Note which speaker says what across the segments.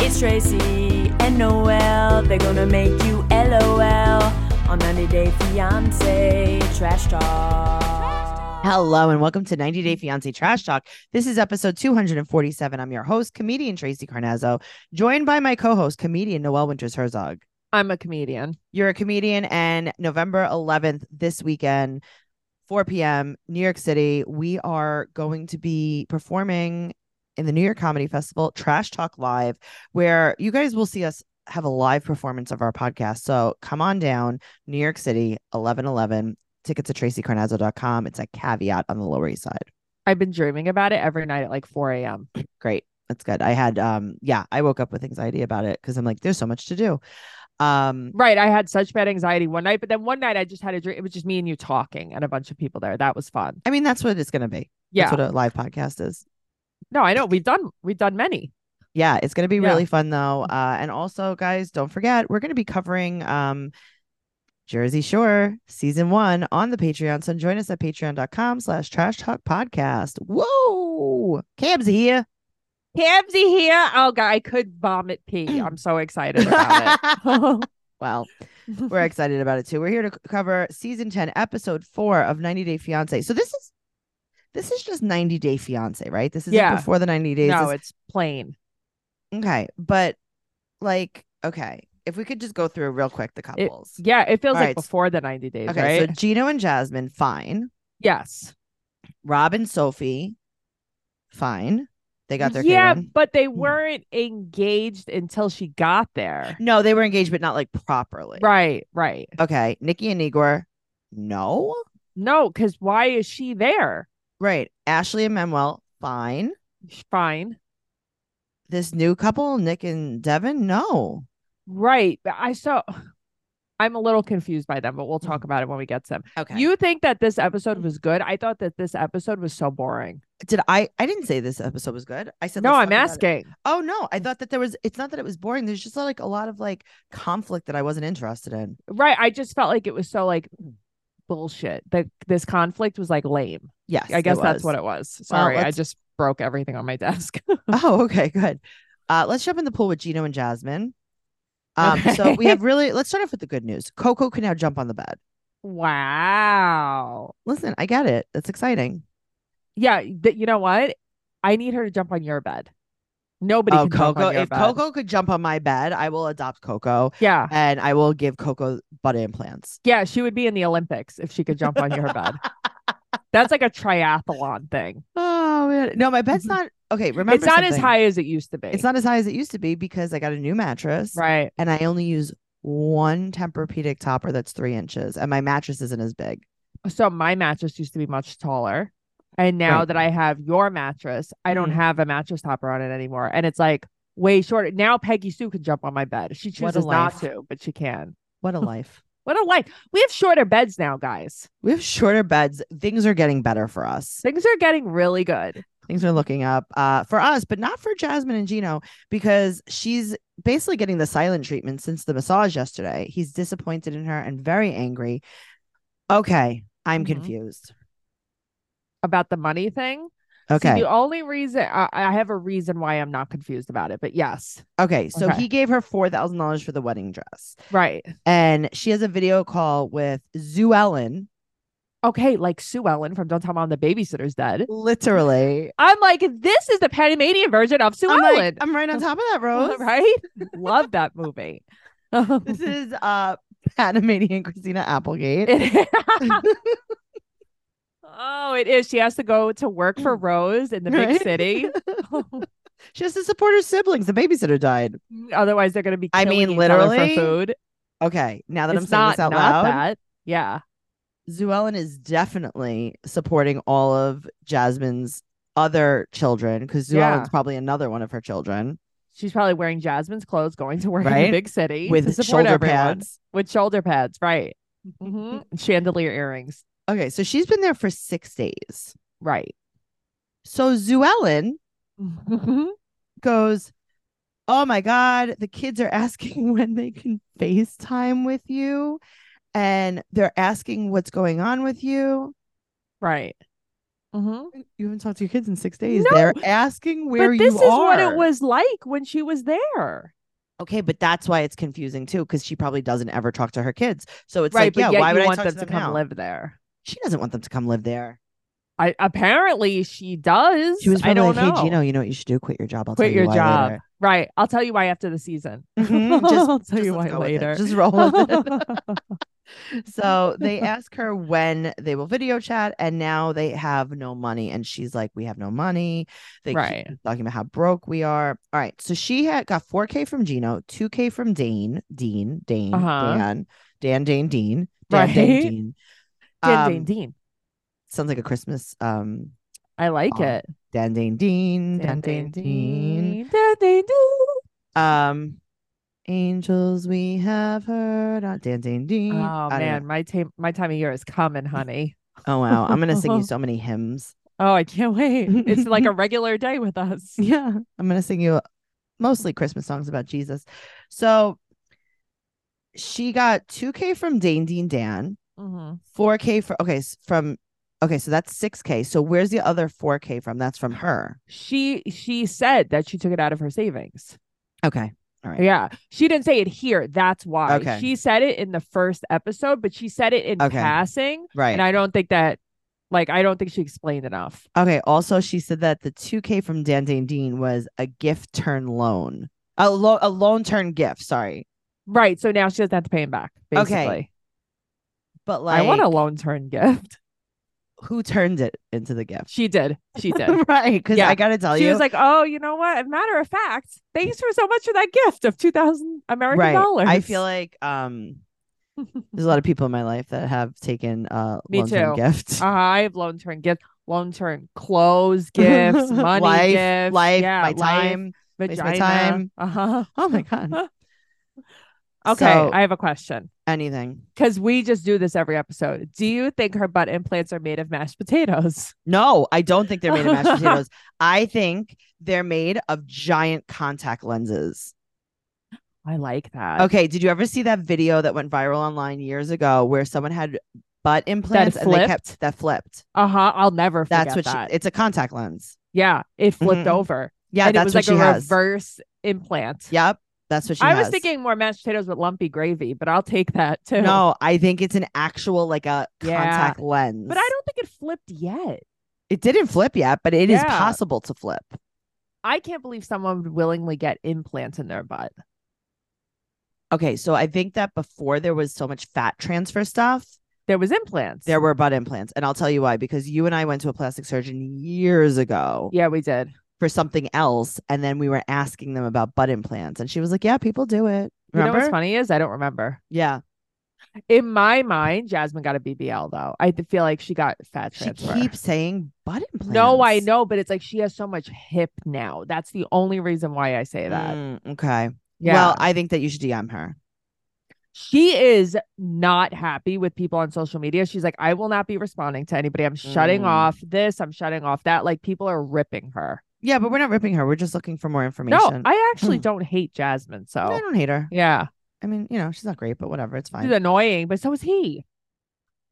Speaker 1: It's Tracy and Noel. They're gonna make you LOL on 90 Day Fiance Trash Talk.
Speaker 2: Hello and welcome to 90 Day Fiancé Trash Talk. This is episode 247. I'm your host, comedian Tracy Carnazzo, joined by my co-host, comedian Noelle Winters Herzog.
Speaker 3: I'm a comedian.
Speaker 2: You're a comedian, and November 11th this weekend, 4 p.m. New York City, we are going to be performing in the New York Comedy Festival Trash Talk Live, where you guys will see us have a live performance of our podcast. So come on down, New York City, 1111. Tickets at tracycarnazzo.com. It's a caveat on the Lower East Side.
Speaker 3: I've been dreaming about it every night at like 4 a.m.
Speaker 2: great that's good i had um yeah i woke up with anxiety about it because i'm like there's so much to do um
Speaker 3: Right. I had such bad anxiety one night, but then one night I just had a dream. It was just me and you talking and a bunch of people there. That was fun.
Speaker 2: i mean that's what it's gonna be
Speaker 3: Yeah.
Speaker 2: that's what a live podcast is
Speaker 3: No, I know. We've done we've done many.
Speaker 2: yeah it's gonna be
Speaker 3: Yeah.
Speaker 2: really fun though uh and also guys don't forget we're gonna be covering um jersey shore season one on the patreon so join us at patreon.com slash trash talk podcast whoa cam's here
Speaker 3: Camzy here. Oh god, I could vomit pee. I'm so excited about it.
Speaker 2: well We're excited about it too. We're here to c- cover season 10, episode 4 of 90 Day Fiancé. So this is this is just 90 Day Fiancé, right? This is
Speaker 3: Yeah.
Speaker 2: before the 90 days.
Speaker 3: no,
Speaker 2: This-
Speaker 3: it's plain.
Speaker 2: okay, but like okay, if we could just go through real quick the couples.
Speaker 3: Yeah, it feels
Speaker 2: All
Speaker 3: like
Speaker 2: right.
Speaker 3: before the 90 days,
Speaker 2: okay,
Speaker 3: right?
Speaker 2: so Gino and Jasmine, fine.
Speaker 3: yes.
Speaker 2: Rob and Sophie, fine. They got Hmm. their
Speaker 3: yeah,
Speaker 2: K1.
Speaker 3: but they weren't engaged until she got there.
Speaker 2: No, they were engaged but not like properly.
Speaker 3: Right, right.
Speaker 2: Okay, Nikki and Igor, no.
Speaker 3: No, because why is she there?
Speaker 2: Right. Ashley and Manuel, fine.
Speaker 3: Fine.
Speaker 2: This new couple, Nick and Devin, no.
Speaker 3: Right. But I so I'm a little confused by them, but we'll talk about it when we get to them.
Speaker 2: Mm-hmm. Okay.
Speaker 3: You think that this episode was good? I thought that this episode was so boring.
Speaker 2: did I I didn't say this episode was good. I said
Speaker 3: No,
Speaker 2: let's
Speaker 3: I'm
Speaker 2: talk about it.
Speaker 3: asking.
Speaker 2: Oh no, I thought that there was it's not that it was boring. There's just like a lot of like conflict that I wasn't interested in.
Speaker 3: Right. I just felt like it was so like bullshit. That this conflict was like lame.
Speaker 2: Yes.
Speaker 3: I guess that's what
Speaker 2: was.
Speaker 3: it was.
Speaker 2: Well,
Speaker 3: Sorry. I
Speaker 2: let's-
Speaker 3: just broke everything on my desk.
Speaker 2: Oh, okay, good. Uh let's jump in the pool with Gino and Jasmine. Um so we
Speaker 3: Okay.
Speaker 2: have really let's start off with the good news. Coco can now jump on the bed.
Speaker 3: wow.
Speaker 2: Listen, I get it. That's exciting.
Speaker 3: Yeah. Th- you know what? I need her to jump on your bed. Nobody
Speaker 2: oh,
Speaker 3: can jump
Speaker 2: Coco.
Speaker 3: on your
Speaker 2: If
Speaker 3: bed.
Speaker 2: Coco could jump on my bed, I will adopt Coco
Speaker 3: yeah.
Speaker 2: and I will give Coco butt implants.
Speaker 3: Yeah, she would be in the Olympics if she could jump on your bed. That's like a triathlon thing.
Speaker 2: Oh man. No, my bed's not okay. Remember
Speaker 3: Mm-hmm. it's not as
Speaker 2: something.
Speaker 3: high as it used to be.
Speaker 2: It's not as high as it used to be because I got a new mattress
Speaker 3: right.
Speaker 2: and I only use one Tempur-Pedic topper that's three inches, and my mattress isn't as big.
Speaker 3: So my mattress used to be much taller. And now
Speaker 2: Right.
Speaker 3: that I have your mattress, I don't
Speaker 2: Mhm.
Speaker 3: have a mattress topper on it anymore. And it's like way shorter. Now Peggy Sue can jump on my bed. She
Speaker 2: What a
Speaker 3: chooses not
Speaker 2: life.
Speaker 3: to, but she can.
Speaker 2: What a life!
Speaker 3: What a life. We have shorter beds now, guys.
Speaker 2: We have shorter beds. Things are getting better for us.
Speaker 3: Things are getting really good.
Speaker 2: Things are looking up uh, for us, but not for Jasmine and Gino because she's basically getting the silent treatment since the massage yesterday. He's disappointed in her and very angry. Okay, I'm
Speaker 3: Mhm.
Speaker 2: confused.
Speaker 3: About the money thing. See,
Speaker 2: Okay,
Speaker 3: the only reason I, I have a reason why I'm not confused about it, but yes.
Speaker 2: okay. So
Speaker 3: Okay.
Speaker 2: he gave her four thousand dollars for the wedding dress.
Speaker 3: Right.
Speaker 2: and she has a video call with Zoo Ellen,
Speaker 3: okay, like Sue Ellen from Don't Tell Mom the Babysitter's Dead.
Speaker 2: literally.
Speaker 3: I'm like, this is the Panamanian version of Sue
Speaker 2: I'm, like,
Speaker 3: Ellen,
Speaker 2: I'm right on top of that, Rose.
Speaker 3: right? Love that movie. Um,
Speaker 2: This is uh Panamanian Christina Applegate.
Speaker 3: it- oh, it is. She has to go to work for Rose in the
Speaker 2: Mm. Right?
Speaker 3: big city.
Speaker 2: She has to support her siblings. The babysitter died.
Speaker 3: Mm, Otherwise, they're going to be.
Speaker 2: I
Speaker 3: killing
Speaker 2: mean,
Speaker 3: each other
Speaker 2: literally,
Speaker 3: for food.
Speaker 2: Okay, now that I'm
Speaker 3: It's
Speaker 2: saying
Speaker 3: not,
Speaker 2: this out
Speaker 3: not
Speaker 2: loud,
Speaker 3: that. Yeah,
Speaker 2: Zoo Ellen is definitely supporting all of Jasmine's other children because Zoo
Speaker 3: Yeah.
Speaker 2: Ellen's probably another one of her children
Speaker 3: she's probably wearing Jasmine's clothes, going to work in
Speaker 2: Right?
Speaker 3: the big city to
Speaker 2: with
Speaker 3: support
Speaker 2: shoulder
Speaker 3: everyone.
Speaker 2: pads.
Speaker 3: With shoulder pads, right? hmm Chandelier earrings,
Speaker 2: Okay, so she's been there for six days.
Speaker 3: right?
Speaker 2: So Zoo Ellen Mm-hmm. goes, Oh my God, the kids are asking when they can FaceTime with you. And they're asking what's going on with you.
Speaker 3: Right. Mm-hmm.
Speaker 2: You haven't talked to your kids in six days.
Speaker 3: No,
Speaker 2: They're asking where
Speaker 3: but this
Speaker 2: you
Speaker 3: is
Speaker 2: are.
Speaker 3: what it was like when she was there.
Speaker 2: Okay, but that's why it's confusing too, because she probably doesn't ever talk to her kids. So it's
Speaker 3: right,
Speaker 2: like,
Speaker 3: but
Speaker 2: yeah,
Speaker 3: yet
Speaker 2: why
Speaker 3: you
Speaker 2: would I
Speaker 3: want
Speaker 2: talk
Speaker 3: them
Speaker 2: to
Speaker 3: to
Speaker 2: them
Speaker 3: come
Speaker 2: now?
Speaker 3: live there.
Speaker 2: She doesn't want them to come live there.
Speaker 3: I apparently she does.
Speaker 2: She was
Speaker 3: I
Speaker 2: probably
Speaker 3: don't
Speaker 2: like, hey,
Speaker 3: know.
Speaker 2: Gino, you know what you should do? Quit your job. I'll
Speaker 3: Quit
Speaker 2: tell you
Speaker 3: your
Speaker 2: why
Speaker 3: job.
Speaker 2: later."
Speaker 3: Right. I'll tell you why after the season.
Speaker 2: Mhm, Just,
Speaker 3: I'll tell
Speaker 2: just
Speaker 3: you
Speaker 2: let's
Speaker 3: why
Speaker 2: go with it.
Speaker 3: later.
Speaker 2: Just roll with it. So they ask her when they will video chat, and now they have no money. And she's like, We have no money. They
Speaker 3: Right.
Speaker 2: keep talking about how broke we are. All right. So she had got 4K from Gino, 2K from Dane, Dean, Dane,
Speaker 3: Uh-huh.
Speaker 2: Dan, Dan, Dane, Dean, Dan, Dane,
Speaker 3: Right.
Speaker 2: Dean.
Speaker 3: Dan, Dane,
Speaker 2: Um,
Speaker 3: Dean.
Speaker 2: Sounds like a Christmas um
Speaker 3: I like
Speaker 2: um,
Speaker 3: it.
Speaker 2: Dan Dane Dean, Dan
Speaker 3: Dan,
Speaker 2: Dane
Speaker 3: Dane,
Speaker 2: Dean.
Speaker 3: Dean. Dan, Dane, Dean.
Speaker 2: Um Angels we have heard on Dan Dane Dean.
Speaker 3: Oh
Speaker 2: I don't know.
Speaker 3: man, my time my time of year is coming, honey.
Speaker 2: Oh wow. I'm gonna sing you so many hymns.
Speaker 3: Oh, I can't wait. It's like a regular day with us.
Speaker 2: Yeah, I'm going to sing you mostly Christmas songs about Jesus. So she got 2K from Dane Dean Dan,
Speaker 3: hmm
Speaker 2: 4K for okay, s- from okay, so that's 6K. So where's the other 4K from? That's from her.
Speaker 3: She she said that she took it out of her savings.
Speaker 2: Okay. All right.
Speaker 3: Yeah. She didn't say it here. That's why.
Speaker 2: Okay.
Speaker 3: She said it in the first episode, but she said it in
Speaker 2: Okay.
Speaker 3: passing.
Speaker 2: Right.
Speaker 3: And I don't think that like I don't think she explained enough.
Speaker 2: okay. Also, she said that the 2K from Dan Dane Dean was a gift turn loan. A, lo- a loan turn gift, sorry.
Speaker 3: Right. So now she doesn't have to pay him back,
Speaker 2: Okay,
Speaker 3: basically.
Speaker 2: But like
Speaker 3: I want a loan turn gift.
Speaker 2: who turned it into the gift?
Speaker 3: She did. She did.
Speaker 2: right. Because
Speaker 3: Yeah.
Speaker 2: I gotta tell
Speaker 3: she
Speaker 2: you.
Speaker 3: was like, "Oh, you know what? As a matter of fact, thanks for so much for that gift of two thousand American
Speaker 2: right.
Speaker 3: dollars."
Speaker 2: I feel like um There's a lot of people in my life that have taken uh
Speaker 3: Me
Speaker 2: long-term
Speaker 3: too.
Speaker 2: gifts.
Speaker 3: I have loan turn gifts, loan turn clothes, gifts, money,
Speaker 2: life,
Speaker 3: gifts,
Speaker 2: life,
Speaker 3: yeah,
Speaker 2: my
Speaker 3: life,
Speaker 2: time. waste
Speaker 3: vagina.
Speaker 2: my time.
Speaker 3: Uh huh.
Speaker 2: Oh my god.
Speaker 3: Okay,
Speaker 2: So-
Speaker 3: I have a question
Speaker 2: Anything.
Speaker 3: because we just do this every episode. Do you think her butt implants are made of mashed potatoes?
Speaker 2: No, I don't think they're made of mashed potatoes. I think they're made of giant contact lenses.
Speaker 3: I like that.
Speaker 2: Okay, did you ever see that video that went viral online years ago where someone had butt implants and they kept
Speaker 3: flipped?
Speaker 2: that flipped?
Speaker 3: Uh huh. I'll never forget
Speaker 2: That's what
Speaker 3: that.
Speaker 2: she it's a contact lens.
Speaker 3: yeah, it flipped
Speaker 2: Mhm.
Speaker 3: over.
Speaker 2: Yeah,
Speaker 3: and
Speaker 2: that's
Speaker 3: it was
Speaker 2: what
Speaker 3: like
Speaker 2: she
Speaker 3: a
Speaker 2: has.
Speaker 3: reverse implant.
Speaker 2: Yep. That's what she
Speaker 3: I
Speaker 2: has.
Speaker 3: was thinking more mashed potatoes with lumpy gravy, but I'll take that too.
Speaker 2: No, I think it's an actual like a
Speaker 3: Yeah.
Speaker 2: contact lens.
Speaker 3: but I don't think it flipped yet.
Speaker 2: It didn't flip yet, but it is
Speaker 3: Yeah.
Speaker 2: possible to flip.
Speaker 3: I can't believe someone would willingly get implants in their butt.
Speaker 2: Okay, so I think that before there was so much fat transfer stuff,
Speaker 3: There was implants.
Speaker 2: there were butt implants, and I'll tell you why. Because you and I went to a plastic surgeon years ago
Speaker 3: Yeah, we did.
Speaker 2: for something else, and then we were asking them about butt implants, and she was like, "Yeah, people do it."
Speaker 3: You know
Speaker 2: Remember?
Speaker 3: what's funny is I don't remember.
Speaker 2: Yeah,
Speaker 3: In my mind, Jasmine got a BBL though. I th- feel like she got fat
Speaker 2: she
Speaker 3: transfer.
Speaker 2: keeps saying butt implants.
Speaker 3: no, I know, but it's like she has so much hip now. That's the only reason why I say that.
Speaker 2: Mm, okay.
Speaker 3: Yeah.
Speaker 2: Well, I think that you should DM her.
Speaker 3: she is not happy with people on social media. She's like, I will not be responding to anybody. I'm shutting
Speaker 2: Mm.
Speaker 3: off this. I'm shutting off that. Like people are ripping her.
Speaker 2: Yeah, but we're not ripping her. We're just looking for more
Speaker 3: No,
Speaker 2: information.
Speaker 3: I actually
Speaker 2: Hmm.
Speaker 3: don't hate Jasmine. So
Speaker 2: I don't hate her.
Speaker 3: yeah,
Speaker 2: I mean, you know, she's not great, but whatever. It's fine.
Speaker 3: she's annoying, but so is he.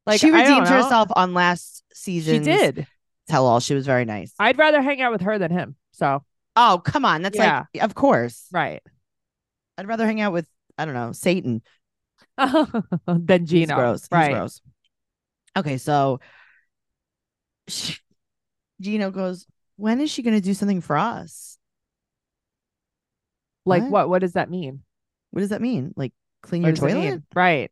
Speaker 3: Like
Speaker 2: she
Speaker 3: I don't
Speaker 2: redeemed
Speaker 3: know.
Speaker 2: herself on last
Speaker 3: She
Speaker 2: season's
Speaker 3: did.
Speaker 2: tell all. She was very nice.
Speaker 3: I'd rather hang out with her than him. So
Speaker 2: oh, come on. That's like, of course.
Speaker 3: right.
Speaker 2: I'd rather hang out with, I don't know, Satan.
Speaker 3: than Gino.
Speaker 2: He's gross. He's
Speaker 3: Right.
Speaker 2: gross. Okay. So she, Gino goes, when is she going to do something for us?
Speaker 3: Like
Speaker 2: What?
Speaker 3: what? what? does that mean?
Speaker 2: What does that mean? Like clean
Speaker 3: What
Speaker 2: your
Speaker 3: does it
Speaker 2: toilet?
Speaker 3: mean? Right.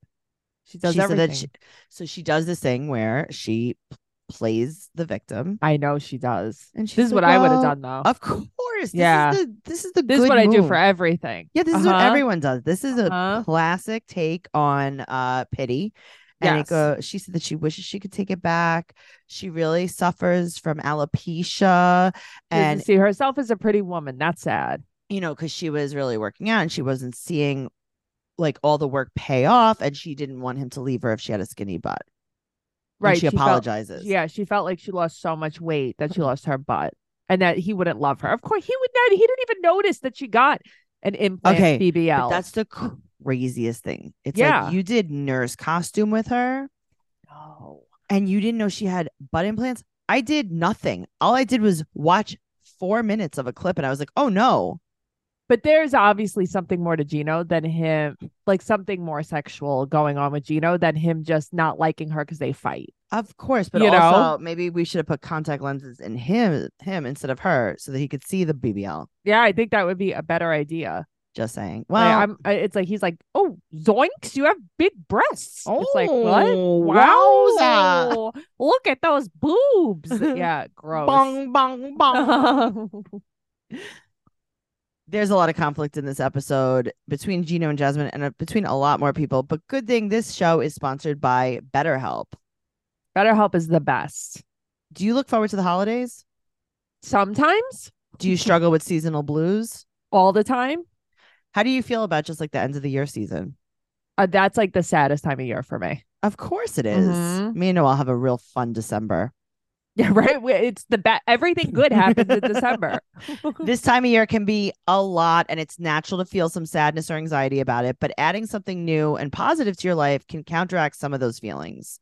Speaker 3: She does
Speaker 2: she said
Speaker 3: everything.
Speaker 2: that she, so she does this thing where she p- plays the victim.
Speaker 3: I know she does.
Speaker 2: And she's
Speaker 3: This is what
Speaker 2: like,
Speaker 3: I would have
Speaker 2: "Well,
Speaker 3: done though.
Speaker 2: Of course. This
Speaker 3: Yeah.
Speaker 2: Is the, this is the
Speaker 3: This is
Speaker 2: good
Speaker 3: what I do
Speaker 2: move.
Speaker 3: for everything.
Speaker 2: Yeah, this is what
Speaker 3: Uh-huh.
Speaker 2: everyone does. This is a
Speaker 3: Uh-huh.
Speaker 2: classic take on uh pity. And
Speaker 3: Yes.
Speaker 2: it go, she said that she wishes she could take it back. She really suffers from alopecia
Speaker 3: She doesn't
Speaker 2: and
Speaker 3: see herself as a pretty woman. That's sad.
Speaker 2: you know cuz she was really working out and she wasn't seeing like all the work pay off and she didn't want him to leave her if she had a skinny butt. And
Speaker 3: Right.
Speaker 2: she,
Speaker 3: felt-
Speaker 2: apologizes.
Speaker 3: yeah, she felt like she lost so much weight that she lost her butt and that he wouldn't love her. Of course, he would not. He didn't even notice that she got an implant
Speaker 2: Okay,
Speaker 3: BBL.
Speaker 2: But that's the craziest thing. It's
Speaker 3: Yeah.
Speaker 2: like you did nurse costume with her
Speaker 3: no.
Speaker 2: and you didn't know she had butt implants. I did nothing. All I did was watch four minutes of a clip and I was like, oh no.
Speaker 3: But there's obviously something more to Gino than him, like something more sexual going on with Gino than him just not liking her because they fight.
Speaker 2: Of course, but
Speaker 3: You know?
Speaker 2: also maybe we should have put contact lenses in him him instead of her so that he could see the BBL.
Speaker 3: Yeah, I think that would be a better idea.
Speaker 2: Just saying.
Speaker 3: Like,
Speaker 2: Well,
Speaker 3: I'm, I, it's like he's like, oh, zoinks, you have big breasts. it's like what?
Speaker 2: Oh, wowza.
Speaker 3: Wow, look at those boobs. yeah, gross.
Speaker 2: Bong bong bong. There's a lot of conflict in this episode between Gino and Jasmine and uh, between a lot more people, but good thing this show is sponsored by BetterHelp.
Speaker 3: BetterHelp is the best.
Speaker 2: Do you look forward to the holidays?
Speaker 3: Sometimes,
Speaker 2: Do you struggle with seasonal blues?
Speaker 3: all the time.
Speaker 2: How do you feel about just like the end of the year season?
Speaker 3: Uh, that's like the saddest time of year for me.
Speaker 2: Of course it is.
Speaker 3: Mhm.
Speaker 2: Me and Noel have a real fun December.
Speaker 3: Yeah, right. We- It's the best. Everything good happens in December.
Speaker 2: this time of year can be a lot and it's natural to feel some sadness or anxiety about it, but adding something new and positive to your life can counteract some of those feelings.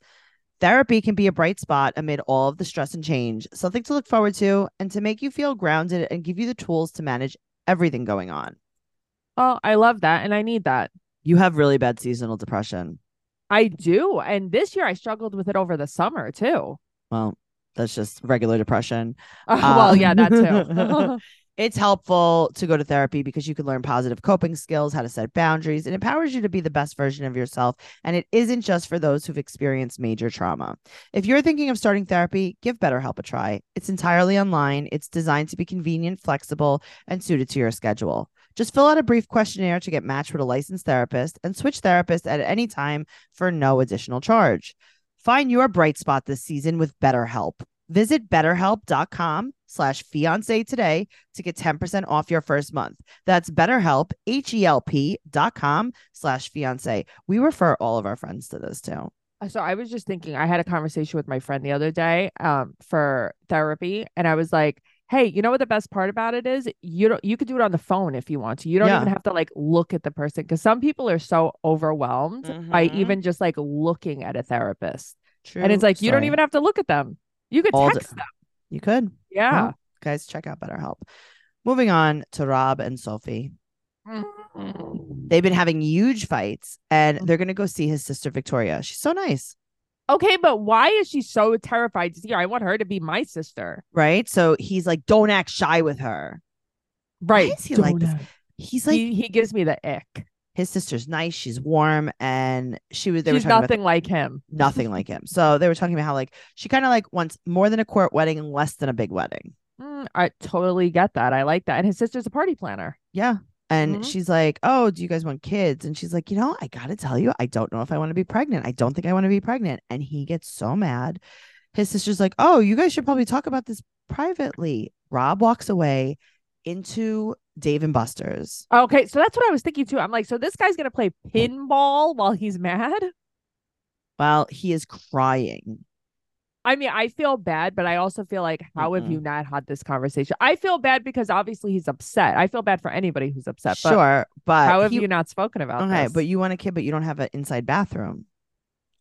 Speaker 2: Therapy can be a bright spot amid all of the stress and change, something to look forward to and to make you feel grounded and give you the tools to manage everything going on.
Speaker 3: Oh, I love that, and I need that.
Speaker 2: You have really bad seasonal depression.
Speaker 3: I do. And this year, I struggled with it over the summer too.
Speaker 2: Well, that's just regular depression.
Speaker 3: Uh, well,
Speaker 2: Um,
Speaker 3: yeah, that too.
Speaker 2: It's helpful to go to therapy because you can learn positive coping skills, how to set boundaries, and empowers you to be the best version of yourself. And it isn't just for those who've experienced major trauma. If you're thinking of starting therapy, give BetterHelp a try. It's entirely online, it's designed to be convenient, flexible, and suited to your schedule. Just fill out a brief questionnaire to get matched with a licensed therapist and switch therapists at any time for no additional charge. Find your bright spot this season with BetterHelp. Visit betterhelp.com slash fiance today to get 10% off your first month. That's betterhelp, H-E-L-P dot com slash fiance. We refer all of our friends to this too.
Speaker 3: Uh, so I was just thinking, I had a conversation with my friend the other day um, for therapy, and I was like, "Hey, you know what the best part about it is? You don't. You could do it on the phone if you want to. You don't
Speaker 2: Yeah.
Speaker 3: even have to like look at the person because some people are so overwhelmed by
Speaker 2: Mhm.
Speaker 3: even just like looking at a therapist,
Speaker 2: True.
Speaker 3: and it's like you don't
Speaker 2: story.
Speaker 3: even have to look at them. You could
Speaker 2: All the-
Speaker 3: text them.
Speaker 2: You could.
Speaker 3: Yeah.
Speaker 2: Guys, check out BetterHelp. Moving on to Rob and Sophie. They've been having huge fights and
Speaker 3: Mm.
Speaker 2: they're going to go see his sister Victoria. She's so nice,
Speaker 3: Okay, but why is she so terrified to see her? I want her to be my sister.
Speaker 2: right? So he's like, don't act shy with her.
Speaker 3: Right.
Speaker 2: is he like
Speaker 3: Don't
Speaker 2: this?
Speaker 3: know.
Speaker 2: He's like,
Speaker 3: he, he gives me the ick.
Speaker 2: his sister's nice. She's warm. And she was, they were
Speaker 3: She's
Speaker 2: talking about
Speaker 3: nothing like him.
Speaker 2: nothing like him. So they were talking about how like she kind of like wants more than a court wedding and less than a big wedding.
Speaker 3: Mm, I totally get that. I like that. And his sister's a party planner.
Speaker 2: Yeah. And
Speaker 3: Mhm.
Speaker 2: she's like, "Oh, do you guys want kids?" And she's like, "You know, I got to tell you, I don't know if I want to be pregnant. I don't think I want to be pregnant." And he gets so mad. His sister's like, "Oh, you guys should probably talk about this privately." Rob walks away into Dave and Buster's.
Speaker 3: Okay, so that's what I was thinking too. I'm like, so this guy's gonna play pinball while he's mad.
Speaker 2: Well, he is crying.
Speaker 3: I mean, I feel bad, but I also feel like, how have you not had this conversation? I feel bad because obviously he's upset. I feel bad for anybody who's upset. But
Speaker 2: sure, but
Speaker 3: how have
Speaker 2: he-
Speaker 3: you not spoken about
Speaker 2: Okay,
Speaker 3: this?
Speaker 2: but you want a kid, but you don't have an inside bathroom.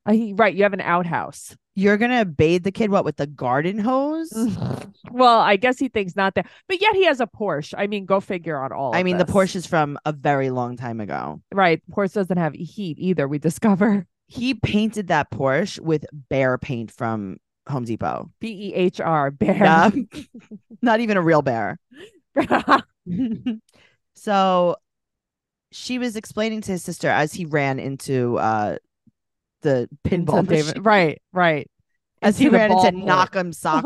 Speaker 3: Uh, he- right, you have an outhouse.
Speaker 2: You're gonna bathe the kid what with the garden hose?
Speaker 3: Mm-hmm. well, I guess he thinks not that, but yet he has a Porsche. I mean, go figure on all.
Speaker 2: I
Speaker 3: of
Speaker 2: mean, the
Speaker 3: this.
Speaker 2: Porsche is from a very long time ago.
Speaker 3: right? Porsche doesn't have heat either. We discover
Speaker 2: He painted that Porsche with bear paint from Home Depot.
Speaker 3: B E H R bear.
Speaker 2: Yeah. Not even a real bear. so she was explaining to his sister as he ran into uh the
Speaker 3: Into
Speaker 2: pinball
Speaker 3: David-
Speaker 2: machine-
Speaker 3: Right, right.
Speaker 2: as he
Speaker 3: into the
Speaker 2: ran
Speaker 3: ball
Speaker 2: into
Speaker 3: pool.
Speaker 2: knock 'em sock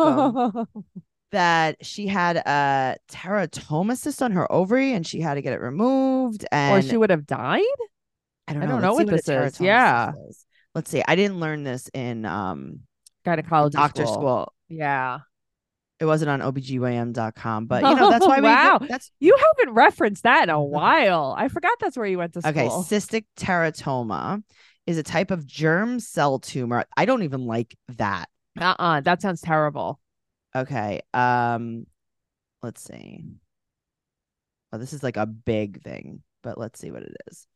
Speaker 2: 'em that she had a teratomacyst on her ovary and she had to get it removed
Speaker 3: or
Speaker 2: and
Speaker 3: she would have died.
Speaker 2: I don't
Speaker 3: I
Speaker 2: know, Let's
Speaker 3: don't know
Speaker 2: see
Speaker 3: what
Speaker 2: a
Speaker 3: this is.
Speaker 2: teratomacyst
Speaker 3: Yeah.
Speaker 2: is. Let's see. I didn't learn this in um
Speaker 3: Gynecology
Speaker 2: doctor school.
Speaker 3: Yeah,
Speaker 2: It wasn't on obgyn.com, but you know, that's why we
Speaker 3: Wow.
Speaker 2: that's
Speaker 3: you haven't referenced that in a while. I forgot that's where you went to school.
Speaker 2: okay. Cystic teratoma is a type of germ cell tumor. I don't even like that.
Speaker 3: Uh uh that sounds terrible.
Speaker 2: Okay. Um let's see. Well, this is like a big thing, but let's see what it is.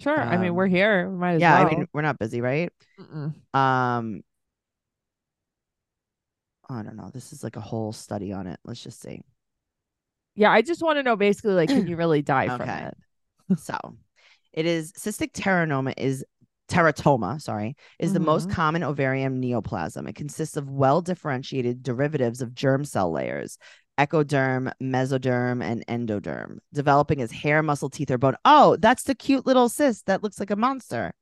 Speaker 3: Sure, I mean we're
Speaker 2: Um,
Speaker 3: here. We might as
Speaker 2: yeah,
Speaker 3: well.
Speaker 2: I mean, we're not busy, right?
Speaker 3: Mm-mm.
Speaker 2: Um I don't know. This is like a whole study on it. Let's just see.
Speaker 3: Yeah, I just want to know basically like can you really die from
Speaker 2: Okay.
Speaker 3: it?
Speaker 2: So it is cystic teranoma is teratoma, sorry, is the most
Speaker 3: Mhm.
Speaker 2: common ovarian neoplasm. It consists of well differentiated derivatives of germ cell layers, echoderm, mesoderm, and endoderm, developing as hair, muscle, teeth, or bone. Oh, that's the cute little cyst that looks like a monster.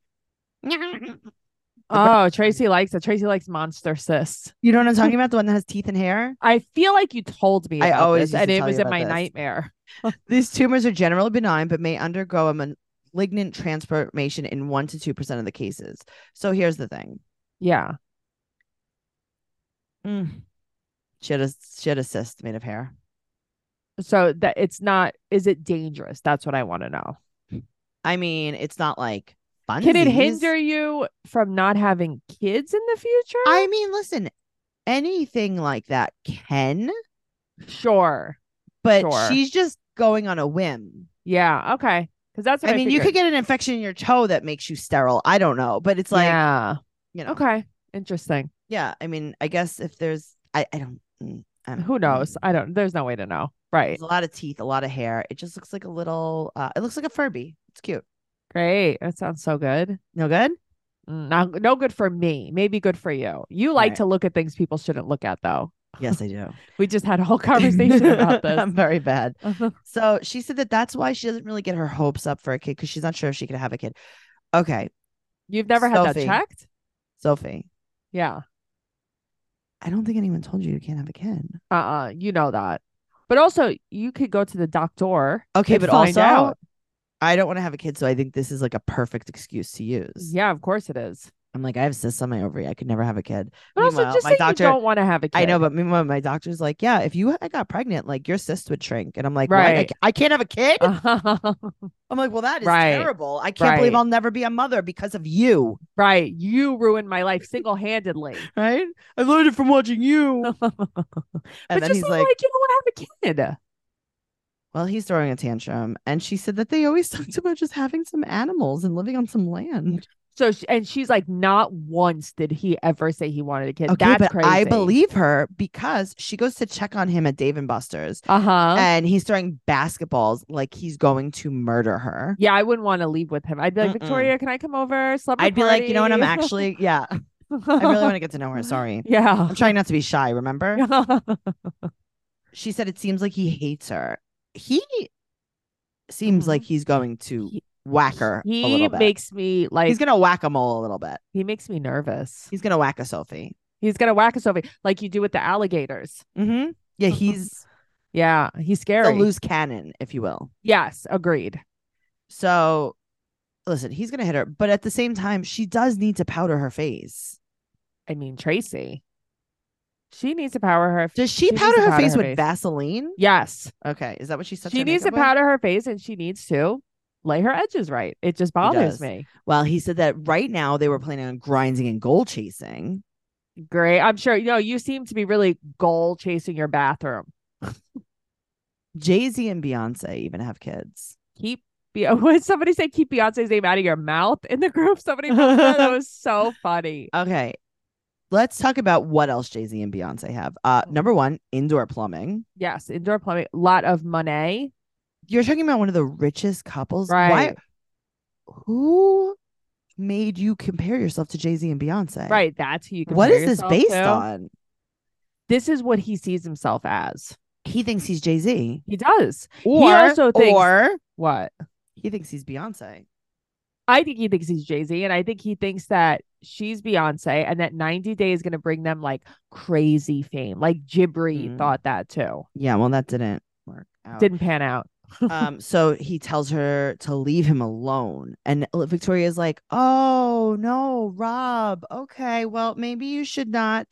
Speaker 2: You
Speaker 3: Oh, Tracy likes it. Tracy likes monster cysts.
Speaker 2: know what I'm talking about? The one that has teeth and hair?
Speaker 3: I feel like you told me.
Speaker 2: I
Speaker 3: about
Speaker 2: always
Speaker 3: this,
Speaker 2: used
Speaker 3: and
Speaker 2: to
Speaker 3: it
Speaker 2: tell
Speaker 3: was
Speaker 2: you
Speaker 3: in
Speaker 2: about
Speaker 3: my
Speaker 2: this.
Speaker 3: nightmare.
Speaker 2: These tumors are generally benign, but may undergo a malignant transformation in 1% to 2% of the cases. So here's the thing
Speaker 3: Yeah.
Speaker 2: Mm. She had a she had a cyst made of hair.
Speaker 3: So that it's not. Is it dangerous? That's what I want to know.
Speaker 2: I mean, it's not like fun.
Speaker 3: Can it hinder you from not having kids in the future?
Speaker 2: I mean, listen, anything like that can,
Speaker 3: sure.
Speaker 2: but
Speaker 3: Sure.
Speaker 2: she's just going on a whim.
Speaker 3: Yeah. Okay. Because that's. What I,
Speaker 2: I mean, you could
Speaker 3: figured.
Speaker 2: get an infection in your toe that makes you sterile. I don't know, but it's like,
Speaker 3: yeah.
Speaker 2: you know,
Speaker 3: Okay. Interesting.
Speaker 2: yeah. I mean, I guess if there's, I, I don't, mm, I don't
Speaker 3: Who
Speaker 2: know.
Speaker 3: knows? I don't. There's no way to know. Right.
Speaker 2: There's a lot of teeth, a lot of hair. It just looks like a little. Uh, it looks like a Furby. It's cute.
Speaker 3: Great. That sounds so good.
Speaker 2: No good.
Speaker 3: Mm, Not no good for me. Maybe good for you. You like
Speaker 2: Right.
Speaker 3: to look at things people shouldn't look at, though.
Speaker 2: Yes, I do.
Speaker 3: We just had a whole conversation about this. Uh-huh.
Speaker 2: I'm very bad. So she said that that's why she doesn't really get her hopes up for a kid because she's not sure if she could have a kid. Okay,
Speaker 3: You've never had
Speaker 2: Sophie.
Speaker 3: that checked?
Speaker 2: Sophie,
Speaker 3: Yeah.
Speaker 2: I don't think anyone told you you can't have a kid.
Speaker 3: Uh uh You know that. But also, you could go to the doctor.
Speaker 2: Okay,
Speaker 3: and
Speaker 2: but
Speaker 3: find
Speaker 2: also,
Speaker 3: out.
Speaker 2: I don't want to have a kid, so I think this is like a perfect excuse to use.
Speaker 3: yeah, of course it is.
Speaker 2: I'm like, I have cysts on my ovary. I could never have a kid.
Speaker 3: But also,
Speaker 2: Meanwhile,
Speaker 3: just
Speaker 2: my
Speaker 3: say
Speaker 2: doctor-
Speaker 3: you don't want to have a kid.
Speaker 2: I know, but meanwhile, my doctor's like, yeah, if you I got pregnant, like your cyst would shrink, and I'm like, what? I
Speaker 3: Right. Uh-huh.
Speaker 2: ca- I, can't have a kid. I'm like, well, that is
Speaker 3: Right.
Speaker 2: terrible. I can't believe
Speaker 3: Right.
Speaker 2: I'll never be a mother because of you.
Speaker 3: right. You ruined my life single handedly.
Speaker 2: Right? I learned it from watching you. and
Speaker 3: but
Speaker 2: then
Speaker 3: just
Speaker 2: he's
Speaker 3: seem
Speaker 2: like,
Speaker 3: like, you don't want to have a kid.
Speaker 2: Well, he's throwing a tantrum. And she said that they always talked about just having some animals and living on some land.
Speaker 3: So, she, and she's like, not once did he ever say he wanted a kid.
Speaker 2: Okay,
Speaker 3: That's
Speaker 2: but
Speaker 3: crazy.
Speaker 2: I believe her because she goes to check on him at Dave and Buster's
Speaker 3: Uh huh.
Speaker 2: and he's throwing basketballs like he's going to murder her.
Speaker 3: yeah, I wouldn't want to leave with him. I'd be like,
Speaker 2: Mm-mm.
Speaker 3: Victoria, can I come over? Celebrity
Speaker 2: I'd be like, you know what? I'm
Speaker 3: party?"
Speaker 2: actually, yeah, I really want to get to know her. Sorry.
Speaker 3: Yeah.
Speaker 2: I'm trying not to be shy, remember? She said it seems like he hates her. He seems
Speaker 3: Mhm.
Speaker 2: like he's going to
Speaker 3: He-
Speaker 2: whack her a
Speaker 3: he
Speaker 2: little bit.
Speaker 3: makes me like
Speaker 2: he's going to whack a mole a little bit.
Speaker 3: he makes me nervous.
Speaker 2: He's going to whack a Sophie.
Speaker 3: He's gonna whack us over like you do with the alligators.
Speaker 2: Mm-hmm. Yeah, he's
Speaker 3: Yeah, he's
Speaker 2: a
Speaker 3: scary.
Speaker 2: loose cannon, if you will.
Speaker 3: yes, agreed.
Speaker 2: So listen, he's gonna hit her, but at the same time, she does need to powder her face.
Speaker 3: I mean Tracy. She needs to power her.
Speaker 2: Does she,
Speaker 3: needs
Speaker 2: powder
Speaker 3: to
Speaker 2: her
Speaker 3: powder
Speaker 2: face
Speaker 3: her
Speaker 2: with
Speaker 3: face.
Speaker 2: Vaseline?
Speaker 3: Yes,
Speaker 2: Okay, is that what she said?
Speaker 3: she needs to powder her face, and she needs to lay her edges right. It just
Speaker 2: does.
Speaker 3: bothers me.
Speaker 2: Well, he said that right now they were planning on grinding and goal chasing.
Speaker 3: Great, I'm sure. You know, you seem to be really goal chasing your bathroom.
Speaker 2: Jay Z and Beyonce even have kids.
Speaker 3: Keep. Be- Would somebody say keep Beyonce's name out of your mouth in the group? Somebody posted that. that was so funny.
Speaker 2: Okay, let's talk about what else Jay Z and Beyonce have. Uh,
Speaker 3: Oh.
Speaker 2: number one, indoor plumbing.
Speaker 3: Yes, indoor plumbing, lot of money.
Speaker 2: You're talking about one of the richest couples. Why?
Speaker 3: Right.
Speaker 2: Who made you compare yourself to Jay Z and Beyonce?
Speaker 3: Right. That's who you
Speaker 2: What
Speaker 3: compare
Speaker 2: is this
Speaker 3: yourself
Speaker 2: based
Speaker 3: to.
Speaker 2: on?
Speaker 3: This is what he sees himself as.
Speaker 2: He thinks he's Jay Z,
Speaker 3: He does.
Speaker 2: or
Speaker 3: also thinks-
Speaker 2: or
Speaker 3: What?
Speaker 2: he thinks he's Beyonce.
Speaker 3: I think he thinks he's Jay Z, and I think he thinks that she's Beyonce, and that 90 Day is going to bring them like crazy fame. Like Jibri
Speaker 2: Mm.
Speaker 3: thought that too.
Speaker 2: Yeah, well, that didn't work out.
Speaker 3: Didn't pan out.
Speaker 2: um, so he tells her to leave him alone, and L- Victoria's like, "Oh no, Rob. Okay, well, maybe you should not."